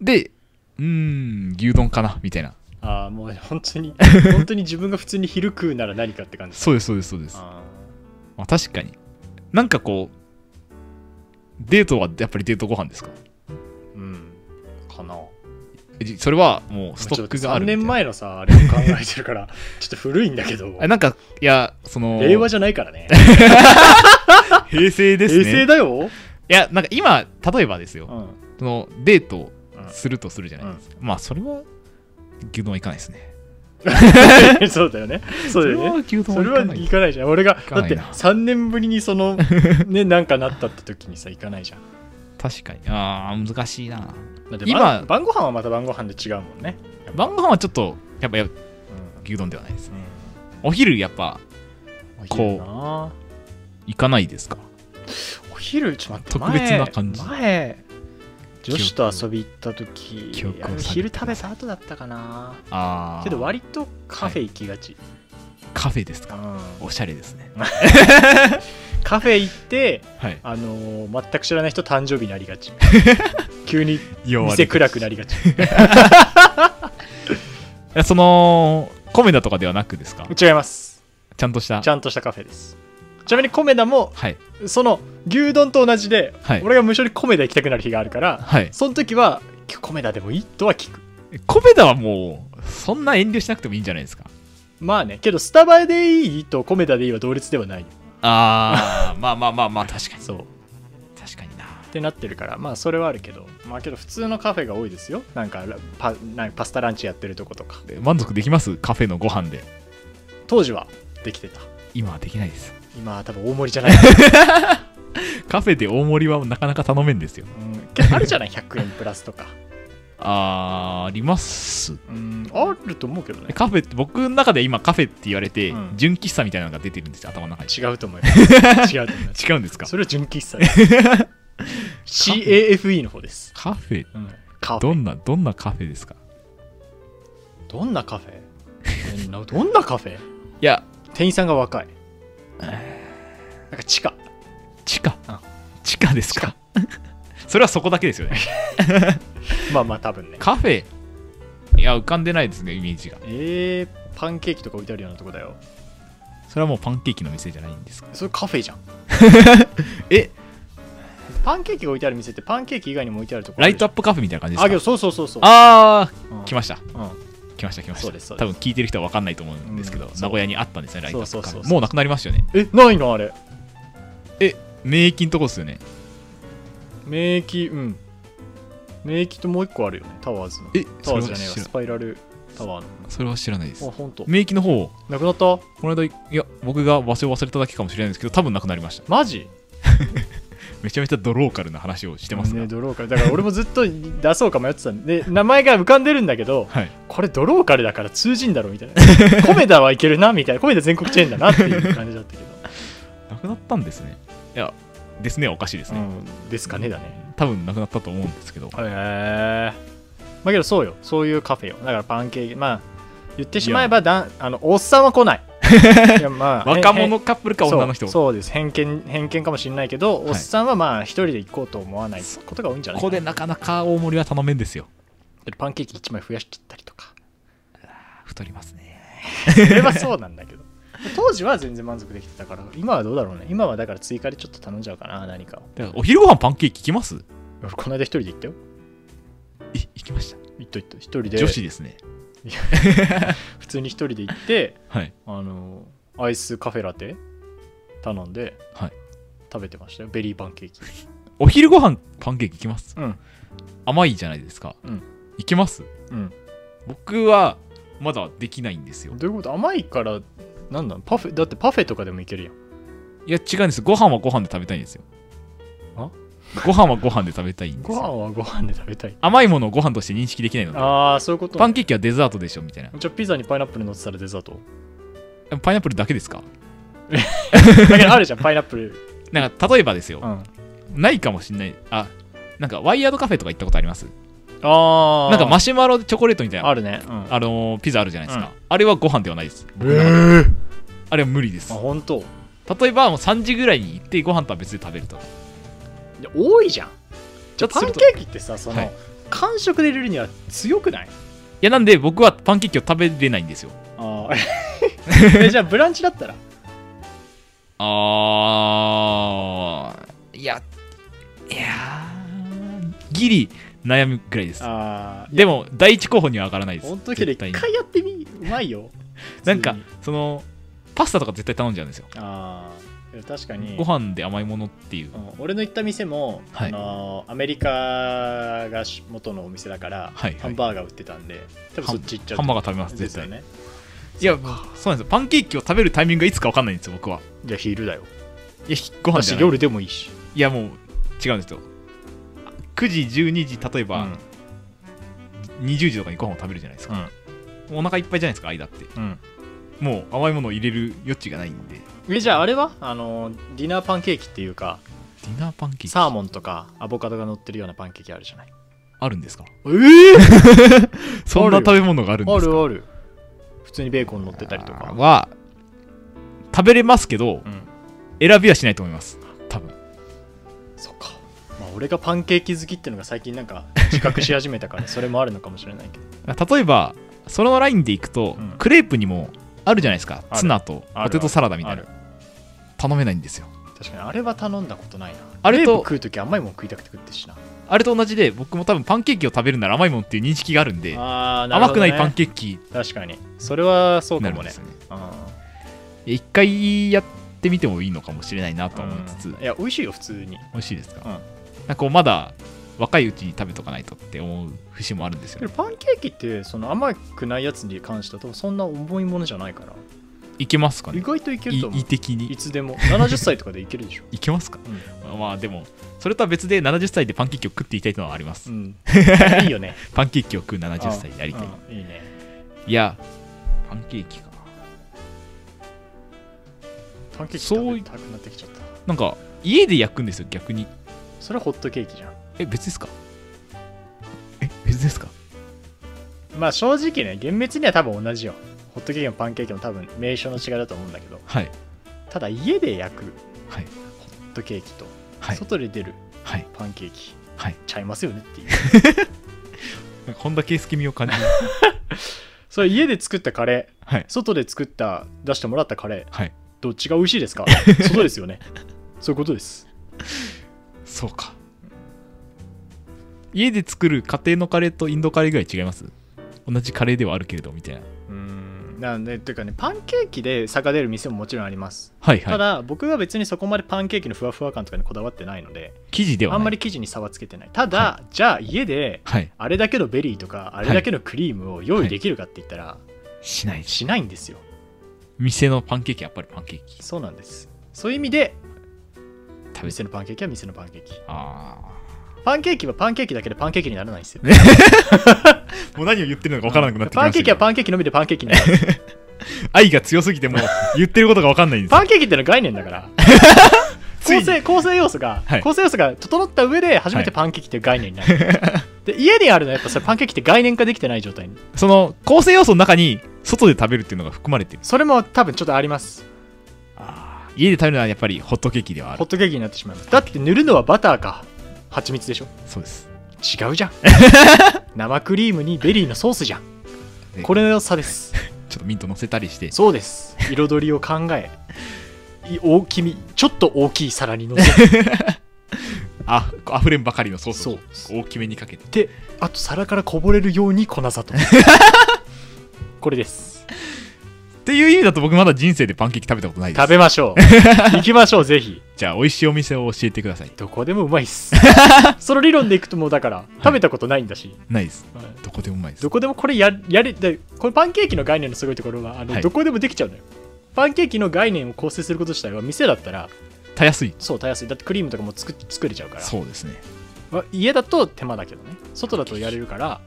Speaker 2: でうーん牛丼かなみたいな
Speaker 1: ああもう本当 に本当に自分が普通に昼食うなら何かって感じ
Speaker 2: そうですそうですそうです
Speaker 1: あ
Speaker 2: まあ、確かになんかこうデートはやっぱりデートご飯ですか
Speaker 1: ーうんかな
Speaker 2: えじそれはもうストックがある
Speaker 1: 3
Speaker 2: みたいな
Speaker 1: 年前のさあれを考えてるから ちょっと古いんだけど
Speaker 2: あなんかいやその
Speaker 1: 令和じゃないからね
Speaker 2: 平成で
Speaker 1: 平成
Speaker 2: い
Speaker 1: だよ、
Speaker 2: やなんか今例えばです
Speaker 1: う
Speaker 2: よ
Speaker 1: ん
Speaker 2: そのデート
Speaker 1: うん
Speaker 2: するとするじゃないですか、まあそれは牛丼はいかないですね
Speaker 1: そうだよね。そうだよね。
Speaker 2: それは牛丼
Speaker 1: そ
Speaker 2: は
Speaker 1: れ
Speaker 2: 行か
Speaker 1: は
Speaker 2: ない
Speaker 1: 行かないじゃん。俺が、だ
Speaker 2: 行か
Speaker 1: っ
Speaker 2: ない
Speaker 1: て
Speaker 2: な
Speaker 1: 3年ぶりにそ の、ね、なんかなったって時にさ、行かないじゃん。
Speaker 2: 確かにあー難しいな
Speaker 1: だって
Speaker 2: 今
Speaker 1: 晩晩ご飯はまた晩ご飯で違うもんね。やっぱ
Speaker 2: 晩ご飯はちょっとやっぱやっぱ
Speaker 1: う
Speaker 2: 牛丼ではないです
Speaker 1: ん
Speaker 2: お昼やっぱ
Speaker 1: うんお
Speaker 2: こう
Speaker 1: 昼な
Speaker 2: 行かないですか
Speaker 1: お昼、ちょっと
Speaker 2: 特
Speaker 1: 待って、
Speaker 2: 別な感じ
Speaker 1: 前、前女子と遊び行った時
Speaker 2: 記憶を
Speaker 1: あの
Speaker 2: 探って
Speaker 1: 昼食べた後だったかな。
Speaker 2: ああ
Speaker 1: けど割とカフェ行きがち。
Speaker 2: カフェです
Speaker 1: う
Speaker 2: か
Speaker 1: ん
Speaker 2: おしゃれですね
Speaker 1: カフェ行って
Speaker 2: はい
Speaker 1: あのー全く知らない人誕生日になりが ち急に
Speaker 2: 要は
Speaker 1: 店暗くなりがち
Speaker 2: そのコメダとかではなくですか
Speaker 1: 違います
Speaker 2: ちゃんとした
Speaker 1: ちゃんとしたカフェですちなみにコメダも
Speaker 2: はい
Speaker 1: その牛丼と同じで、
Speaker 2: はい
Speaker 1: 俺が無性にコメダ行きたくなる日があるから
Speaker 2: はい
Speaker 1: その時は今日コメダでもいいとは聞く
Speaker 2: コメダはもうそんな遠慮しなくてもいいんじゃないですか
Speaker 1: まあねけどスタバでいいとコメダでいいは同率ではないよ
Speaker 2: ああ まあまあまあまあ確かに
Speaker 1: そうっ
Speaker 2: 確かにな
Speaker 1: てなってるからまあそれはあるけどまあけど普通のカフェが多いですよなんかラパなんかパスタランチやってるとことか
Speaker 2: で満足できますカフェのご飯で
Speaker 1: 当時はできてた
Speaker 2: 今はできないです
Speaker 1: 今は多分大盛り じゃない、
Speaker 2: カフェで大盛りはなかなか頼めんですよ
Speaker 1: うんけどあるじゃない100円プラスとか
Speaker 2: あーあります
Speaker 1: うんあると思うけどね
Speaker 2: カフェって僕の中で今カフェって言われて、
Speaker 1: うん
Speaker 2: 純喫茶みたいなのが出てるんですよ頭の中に
Speaker 1: 違うと思います違うと思います
Speaker 2: 違うんですか
Speaker 1: それは純喫茶です CAFE の方です、
Speaker 2: カフェ
Speaker 1: うん、カフ
Speaker 2: ど
Speaker 1: ェ
Speaker 2: んなどんなカフェですか
Speaker 1: どんなカフェ うんなどんなカフェ
Speaker 2: いや
Speaker 1: 店員さんが若いなんか地下
Speaker 2: 地下
Speaker 1: あ
Speaker 2: 地下ですか それはそこだけですよね
Speaker 1: まあまあ多分ね
Speaker 2: カフェいや浮かんでないですねイメージが
Speaker 1: えー、パンケーキとか置いてあるようなとこだよ
Speaker 2: それはもうパンケーキの店じゃないんですか
Speaker 1: それカフェじゃん
Speaker 2: え
Speaker 1: パンケーキが置いてある店ってパンケーキ以外にも置いてあるとこ
Speaker 2: ライトア
Speaker 1: ッ
Speaker 2: ップカフェみたいな感じですか
Speaker 1: あけどそうそうそうそう
Speaker 2: あー
Speaker 1: うん
Speaker 2: 来ました
Speaker 1: うん
Speaker 2: 来ました来ました
Speaker 1: そうですそうで
Speaker 2: 多
Speaker 1: す
Speaker 2: 分聞いてる人は分かんないと思うんですけど、
Speaker 1: うんそう
Speaker 2: 名古屋にあったんですよねライトアッ
Speaker 1: そう
Speaker 2: プカフ
Speaker 1: そうそう
Speaker 2: ェ
Speaker 1: そう
Speaker 2: もうなくなりましたよね
Speaker 1: えないのあれ
Speaker 2: え免疫のとこですよね
Speaker 1: 免疫うん免疫ともう一個あるよねタワーズの
Speaker 2: え
Speaker 1: タ
Speaker 2: そ
Speaker 1: ワー
Speaker 2: れ
Speaker 1: ズ
Speaker 2: は
Speaker 1: じゃねえわ
Speaker 2: 知ら
Speaker 1: スパイラルタワー
Speaker 2: それは知らないです
Speaker 1: のあ本当。
Speaker 2: 免疫の方
Speaker 1: なくなった
Speaker 2: この間いや僕が場所を忘れただけかもしれないんですけど多分なくなり ました
Speaker 1: マジ
Speaker 2: めちゃめちゃドローカルな話をしてますが、
Speaker 1: ねドローカルだから俺もずっと出そうか迷ってたんでで名前が浮かんでるんだけど
Speaker 2: はい
Speaker 1: これドローカルだから通じんだろみた いなコメダはいけるなみたいなコメダ全国チェーンだなっていう感じだったけど、
Speaker 2: なくなったんですねいやですねはおかしいです
Speaker 1: う
Speaker 2: ね、
Speaker 1: ん、ですかねだね
Speaker 2: 多分なくなったと思うんですけど
Speaker 1: へえまあけどそうよそういうカフェよだからパンケーキまあ言ってしまえばだんあのおっさんは来 ないいやまあ
Speaker 2: 若
Speaker 1: へんへん
Speaker 2: 者カップルか女の人
Speaker 1: そうそうです偏見偏見かもしれないけど、
Speaker 2: い
Speaker 1: おっさんはまあ一人で行こうと思わないことが多いんじゃな
Speaker 2: こ
Speaker 1: いか
Speaker 2: こ
Speaker 1: な
Speaker 2: でなかなか大盛りは頼めんですよ
Speaker 1: パンケーキ1枚増やしていったりとか
Speaker 2: 太りますね
Speaker 1: それはそうなんだ けど当時は全然満足できてたから今はどうだろうね今はだから追加でちょっと頼んじゃうかな何かを
Speaker 2: だからお昼ご飯パンケーキ行きます
Speaker 1: 俺この間一人で行ったよ
Speaker 2: え行きました
Speaker 1: 行っと行っと一人で
Speaker 2: 女子ですね
Speaker 1: 普通に一人で行って
Speaker 2: はい
Speaker 1: あのアイスカフェラテ頼んで、
Speaker 2: はい
Speaker 1: 食べてましたよベリーパンケーキ
Speaker 2: お昼ご飯パンケーキ行きます
Speaker 1: うん
Speaker 2: 甘いじゃないですか、
Speaker 1: うん
Speaker 2: 行けます
Speaker 1: うん
Speaker 2: 僕はまだできないんですよ
Speaker 1: どういうこと甘いからなんなのパフェだってパフェとかでもいけるやん
Speaker 2: いや違うんですご飯はご飯で食べたいんですよ
Speaker 1: あ
Speaker 2: ご飯はご飯で食べたいんです
Speaker 1: ご飯
Speaker 2: よ
Speaker 1: はご飯で食べ たい
Speaker 2: 甘いものをご飯として認識できないので
Speaker 1: ああそういうこと
Speaker 2: パンケーキはデザートでしょみたいな
Speaker 1: じゃあピザにパイナップル乗ってたらデザー ト
Speaker 2: パイナップルだけですか
Speaker 1: だけどあるじゃんパイナップル、
Speaker 2: なんか例えばですよ、
Speaker 1: あ
Speaker 2: ないかもしんないあなんかワイヤードカフェとか行ったことあります
Speaker 1: あ
Speaker 2: なんかマシュマロチョコレートみたいな
Speaker 1: あ
Speaker 2: あ
Speaker 1: るね、うん、
Speaker 2: のーピザあるじゃないですか、
Speaker 1: うん
Speaker 2: あれはご飯ではないです
Speaker 1: えー、
Speaker 2: あれは無理です
Speaker 1: あ本当い
Speaker 2: 例えばもう3時ぐらいに行ってご飯とは別で食べるとか
Speaker 1: や多いじゃんじゃあ
Speaker 2: す
Speaker 1: パン
Speaker 2: ると
Speaker 1: ケーキってさその、
Speaker 2: はい
Speaker 1: 感触で入れるには強くない
Speaker 2: いやなんで僕はパンケーキを食べれないんですよ
Speaker 1: あー えじゃあブランチだったら
Speaker 2: あーいやいやーギリ悩むくらいです
Speaker 1: あ
Speaker 2: でも第一候補には上がらないです
Speaker 1: 本当けど
Speaker 2: 絶対
Speaker 1: 一
Speaker 2: に
Speaker 1: 回やってみうまいよ
Speaker 2: なんか
Speaker 1: 普通に
Speaker 2: そのパスタとか絶対頼んじゃうんですよ
Speaker 1: ああいや確かに
Speaker 2: ご飯で甘いものってい
Speaker 1: う
Speaker 2: う
Speaker 1: ん俺の行った店も、
Speaker 2: はい
Speaker 1: あのアメリカが元のお店だから、
Speaker 2: はいはい
Speaker 1: ハンバーガー売ってたんで多分そっち行っちゃう
Speaker 2: ハンバーガー食べます
Speaker 1: です
Speaker 2: 絶
Speaker 1: よ
Speaker 2: 対
Speaker 1: ね
Speaker 2: いやそうなんですよパンケーキを食べるタイミングがいつか分かんないんですよ僕は
Speaker 1: じゃあ昼だよ
Speaker 2: いやご飯じ
Speaker 1: 私
Speaker 2: ゃない
Speaker 1: 夜でもいいし、
Speaker 2: いやもう違うんですよ9時12時例えば、
Speaker 1: うん
Speaker 2: 20時とかにご飯を食べるじゃないですか、お腹いっぱいじゃないですか間って
Speaker 1: うん
Speaker 2: もう甘いものを入れる余地がないんでデ
Speaker 1: えじゃああれはあのディナーパンケーキっていうか
Speaker 2: ィナーパンケーキ
Speaker 1: サーモンとかアボカドが乗ってるようなパンケーキあるじゃない
Speaker 2: あるんですか
Speaker 1: ええ
Speaker 2: そんな食べ物があるん
Speaker 1: あ
Speaker 2: ですか
Speaker 1: るある普通にベーコン乗ってたりと
Speaker 2: あー
Speaker 1: か
Speaker 2: は食べれますけ
Speaker 1: う
Speaker 2: ど、
Speaker 1: ん
Speaker 2: 選びはしないと思います多分
Speaker 1: そっかまあ俺がパンケーキ好きってのが最近なんか自覚し始めたから それもあるのかもしれないけど
Speaker 2: 例えばそのラインでいくと、
Speaker 1: うん
Speaker 2: クレープにもあるじゃないですか
Speaker 1: ある
Speaker 2: ツナと
Speaker 1: ある
Speaker 2: ポテトサラダみたい
Speaker 1: あ
Speaker 2: な
Speaker 1: る
Speaker 2: 頼めないんですよ
Speaker 1: 確かにあれは頼んだことないな
Speaker 2: あれと
Speaker 1: クレープ食う時甘いもん食いたくて食ってるしな
Speaker 2: あれと同じで僕も多分パンケーキを食べるなら甘いもんっていう認識があるんで
Speaker 1: あー
Speaker 2: 甘くないパンケーキ
Speaker 1: ー確かにそれはそう
Speaker 2: に
Speaker 1: か
Speaker 2: なる
Speaker 1: も
Speaker 2: んで
Speaker 1: ね
Speaker 2: すよね
Speaker 1: あ
Speaker 2: いや一回やってみてもいいのかもしれないなと思いつつ、
Speaker 1: いや美味しいよ普通に
Speaker 2: 美味しいですか、
Speaker 1: うん
Speaker 2: なんかこうまだ若いうちに食べとかないとって思う節もあるんですよ
Speaker 1: け
Speaker 2: ね
Speaker 1: どパンケーキってその甘くないやつに関しては多分そんな重いものじゃないから
Speaker 2: いけますか
Speaker 1: 意
Speaker 2: ね
Speaker 1: 外といける
Speaker 2: い
Speaker 1: と思う
Speaker 2: 意的に
Speaker 1: いつでも70歳とかでいけるで しょ
Speaker 2: いけますか
Speaker 1: う
Speaker 2: まあまあでもそれとは別で70歳でパンケーキを食っていきたいというのはあります、
Speaker 1: ん、うん、いいよね
Speaker 2: パンケーキを食う70歳でありたい
Speaker 1: うんいいね
Speaker 2: いやパンケーキかな
Speaker 1: パンケーキ
Speaker 2: そ
Speaker 1: 食
Speaker 2: うい
Speaker 1: べたくなってきちゃった
Speaker 2: なんか家で焼くんですよ逆に
Speaker 1: それはホットケーキじゃん
Speaker 2: え別ですかえ別ですか
Speaker 1: まあ正直ね厳密には多分同じよホットケーキもパンケーキも多分名称の違いだと思うんだけど
Speaker 2: はい
Speaker 1: ただ家で焼くホ
Speaker 2: はい
Speaker 1: ットケーキと
Speaker 2: はい
Speaker 1: 外で出る
Speaker 2: はい
Speaker 1: パンケーキ、
Speaker 2: はい
Speaker 1: ちゃいますよねっていう
Speaker 2: なんか本田圭佑味を感じる
Speaker 1: それ家で作ったカレー
Speaker 2: はい
Speaker 1: 外で作った出してもらったカレー
Speaker 2: はい
Speaker 1: どっちが美味しいです か外ですよねそういうことです
Speaker 2: そうか家で作る家庭のカレーとインドカレーぐらい違います同じカレーではあるけれどみたいな
Speaker 1: うんなんでというかねパンケーキで差が出る店ももちろんあります、
Speaker 2: はいは
Speaker 1: た
Speaker 2: い
Speaker 1: だ僕は別にそこまでパンケーキのふわふわ感とかにこだわってないので
Speaker 2: 生地ではな
Speaker 1: あ
Speaker 2: い
Speaker 1: んまり生地に差はつけてないただ、じゃあ家で
Speaker 2: はい
Speaker 1: あれだけのベリーとかあれだけのクリームを用意できるかって言ったら、
Speaker 2: しないし
Speaker 1: しないんですよ
Speaker 2: 店のパンケーキやっぱりパンケーキ
Speaker 1: そうなんですそういう意味で
Speaker 2: 食べて
Speaker 1: 店のパンケーキは店のパンケーキ
Speaker 2: あ
Speaker 1: パンケーキはパンケーキだけでパンケーキにならないんですよ
Speaker 2: あもう何を言ってるのか分からなくなってきま
Speaker 1: パンケ
Speaker 2: し
Speaker 1: ーキは
Speaker 2: た
Speaker 1: パンケーキのみでパンケーキに なる
Speaker 2: 愛が強すぎて もう言ってることが分かんないんですよ
Speaker 1: パンケーキってのは概念だから
Speaker 2: つ
Speaker 1: 構
Speaker 2: いに
Speaker 1: 成構成要素が、
Speaker 2: はい
Speaker 1: 構成要素が整った上で初めてパンケーキっていう概念になる、 で家にあるのはやっぱそれパンケーキって概念化できてない状態に
Speaker 2: その構成要素の中に外で食べるっていうのが含まれてる
Speaker 1: それも多分ちょっとあります
Speaker 2: 家で食べるのはやっぱりホットケーキではあ
Speaker 1: ホッ
Speaker 2: る
Speaker 1: トケーキになってしまいますだって塗るのはバターか蜂蜜でしょ
Speaker 2: そうです
Speaker 1: 違うじゃ ん生クリームにベリーのソースじゃん
Speaker 2: ね
Speaker 1: これの差 です
Speaker 2: ちょっとミント乗せたりして
Speaker 1: そうです彩りを考えい大きみちょっと大きい皿に乗せ
Speaker 2: あ溢れんばかりのソースを
Speaker 1: そう
Speaker 2: 大きめにかけて
Speaker 1: てあと皿からこぼれるように粉 砂糖これです
Speaker 2: っていう意味だと僕まだ人生でパンケーキ食べたことないです
Speaker 1: 食べましょ う行きましょうぜひ
Speaker 2: じゃあ美味しいお店を教えてください
Speaker 1: どこでもうまいっ すその理論でいくともうだから食べたことないんだし、
Speaker 2: ないです
Speaker 1: はい
Speaker 2: どこでもうまいです
Speaker 1: どこでもこれややれでこのパンケーキの概念のすごいところはあの、
Speaker 2: はい
Speaker 1: どこでもできちゃうのよパンケーキの概念を構成すること自体は店だったら
Speaker 2: たやすい
Speaker 1: そうたやすいだってクリームとかも作作れちゃうから
Speaker 2: そうですね
Speaker 1: まあ家だと手間だけどね外だとやれるから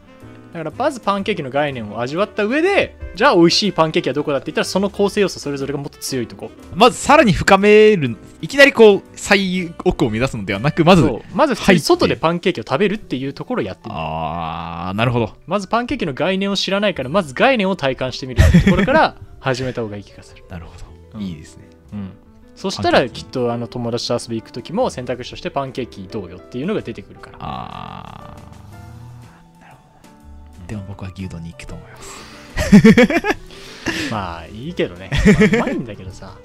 Speaker 1: だからまずパンケーキの概念を味わった上でじゃあ美味しいパンケーキはどこだって言ったらその構成要素それぞれがもっと強いとこ
Speaker 2: まずさらに深めるいきなりこう最奥を目指すのではなくまず
Speaker 1: そうまず普通に外でパンケーキを食べるっていうところをやってみる
Speaker 2: ああなるほど
Speaker 1: まずパンケーキの概念を知らないからまず概念を体感してみるっていうところから 始めた方がいい気がする、
Speaker 2: なるほど、
Speaker 1: うん
Speaker 2: いいですね
Speaker 1: そしたらきっとあの友達と遊び行く時も選択肢としてパンケーキどうよっていうのが出てくるから
Speaker 2: ああなるほどでも僕は牛丼に行くと思います
Speaker 1: まあいいけどね、 まあうまいんだけどさ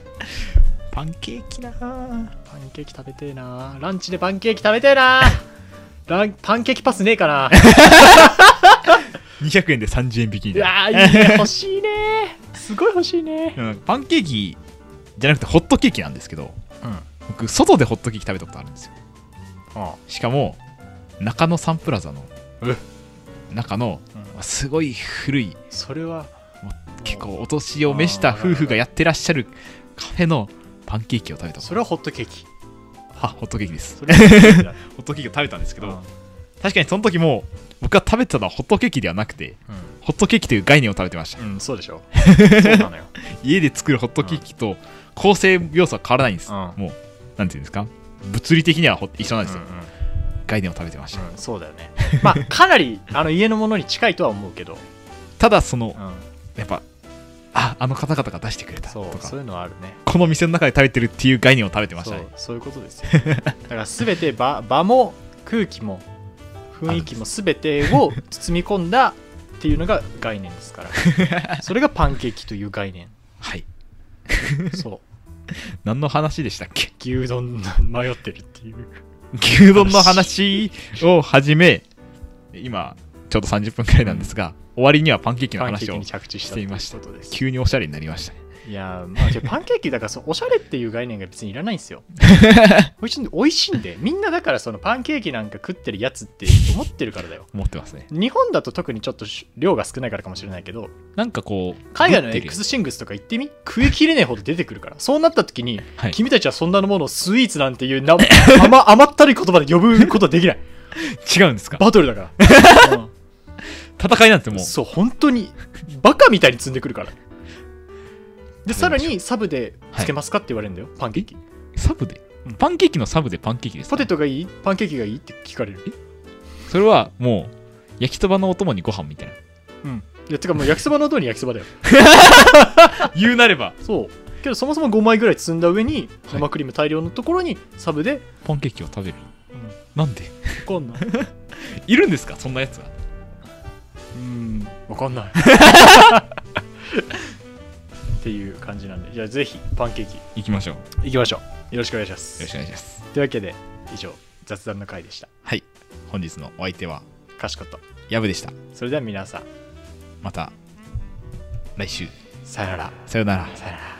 Speaker 2: パンケーキなー
Speaker 1: パンケーキ食べてえなランチでパンケーキ食べてえなランパンケーキパスねえか な
Speaker 2: 200円で30円引きみ
Speaker 1: い
Speaker 2: たいな
Speaker 1: やーいいね欲しいねすごい欲しいね
Speaker 2: うんパンケーキじゃなくてホットケーキなんですけど僕外でホットケーキ食べたことあるんですよしかも中野サンプラザの中の
Speaker 1: うん
Speaker 2: すごい古い
Speaker 1: それは
Speaker 2: もう結構お年を召した夫婦がやってらっしゃるカフェのパンケーキを食べたこと
Speaker 1: それはホットケーキ
Speaker 2: あホットケーキです
Speaker 1: それはホットケーキだ
Speaker 2: ホットケーキを食べたんですけ
Speaker 1: け
Speaker 2: ど、
Speaker 1: ど
Speaker 2: 確かにその時も僕が食べてたのはホットケーキではなくてホットケーキという概念を食べてました
Speaker 1: うん、うん、そうでしょそうなのよ
Speaker 2: 家で作るホットケーキと構成要素は変わらないんです、
Speaker 1: うん
Speaker 2: もうなんていうんですか物理的にはほ一緒なんです
Speaker 1: う
Speaker 2: よ、
Speaker 1: ん
Speaker 2: 概念を食べてました、
Speaker 1: うんうんそうだよねまあかなりあの家のものに近いとは思うけど、
Speaker 2: ただその
Speaker 1: うん
Speaker 2: やっぱああの方々が出してくれたと
Speaker 1: そうそう
Speaker 2: か
Speaker 1: いうのはあるね
Speaker 2: この店の中で食べてるっていう概念を食べてまし
Speaker 1: そ
Speaker 2: たね
Speaker 1: うそういうことです よだから全て場場も空気も雰囲気も全てを包み込んだっていうのが概念ですから それがパンケーキという概念
Speaker 2: はい
Speaker 1: そう
Speaker 2: 何の話でしたっけ
Speaker 1: 牛丼の迷ってるっていう
Speaker 2: 牛丼の話を始め今ちょうど30分くらいなんですが、終わりにはパンケーキの
Speaker 1: パンケーキ
Speaker 2: 話を
Speaker 1: に着地した
Speaker 2: し
Speaker 1: と
Speaker 2: て
Speaker 1: い
Speaker 2: いうました
Speaker 1: ことです
Speaker 2: 急におしゃれになりましたね
Speaker 1: いやーまあけどパンケーキだからそうおしゃれっていう概念が別にいらないん ですよ美味しいんで美味しいんでみんなだからそのパンケーキなんか食ってるやつって思ってるからだよ
Speaker 2: 思ってますね
Speaker 1: 日本だと特にちょっと量が少ないからかもしれないけど
Speaker 2: なんかこう
Speaker 1: 海外の
Speaker 2: 食ってる
Speaker 1: X シングスとか行ってみ食い切れねえほど出てくるからそうなった時に、
Speaker 2: はい
Speaker 1: 君たちはそんなものをスイーツなんていう な甘甘ったるい言葉で呼ぶことはできない
Speaker 2: 違うんですか
Speaker 1: バトルだ から、
Speaker 2: 戦いなんて
Speaker 1: うん
Speaker 2: もう
Speaker 1: そう本当にバカみたいに積んでくるからでさらにサブでつけますかって言われるんだよ、パンケーキ
Speaker 2: サブで
Speaker 1: うん
Speaker 2: パンケーキのサブでパンケーキですか
Speaker 1: ポテトがいいパンケーキがいいって聞かれる
Speaker 2: それはもう焼きそばのお供にご飯みたいな
Speaker 1: うんいやてかもう焼きそばの音に焼きそばだよ
Speaker 2: 言うなれば
Speaker 1: そうけどそもそも5枚ぐらい積んだ上に
Speaker 2: はい
Speaker 1: 生クリーム大量のところにサブで、
Speaker 2: パンケーキを食べる
Speaker 1: うん、
Speaker 2: なんで
Speaker 1: わかんない
Speaker 2: いるんですかそんなやつが
Speaker 1: うんわかんないっていう感じなんでじゃあぜひパンケーキ
Speaker 2: 行きましょうよ
Speaker 1: いきましょうよろしくお願いしま
Speaker 2: ろしく
Speaker 1: す
Speaker 2: お願いします
Speaker 1: というわけで以上雑談の回でした
Speaker 2: はい本日のお相手は
Speaker 1: かしこと
Speaker 2: ヤブでした
Speaker 1: それでは皆さん
Speaker 2: また来週
Speaker 1: さよなら
Speaker 2: さよなら
Speaker 1: さよなら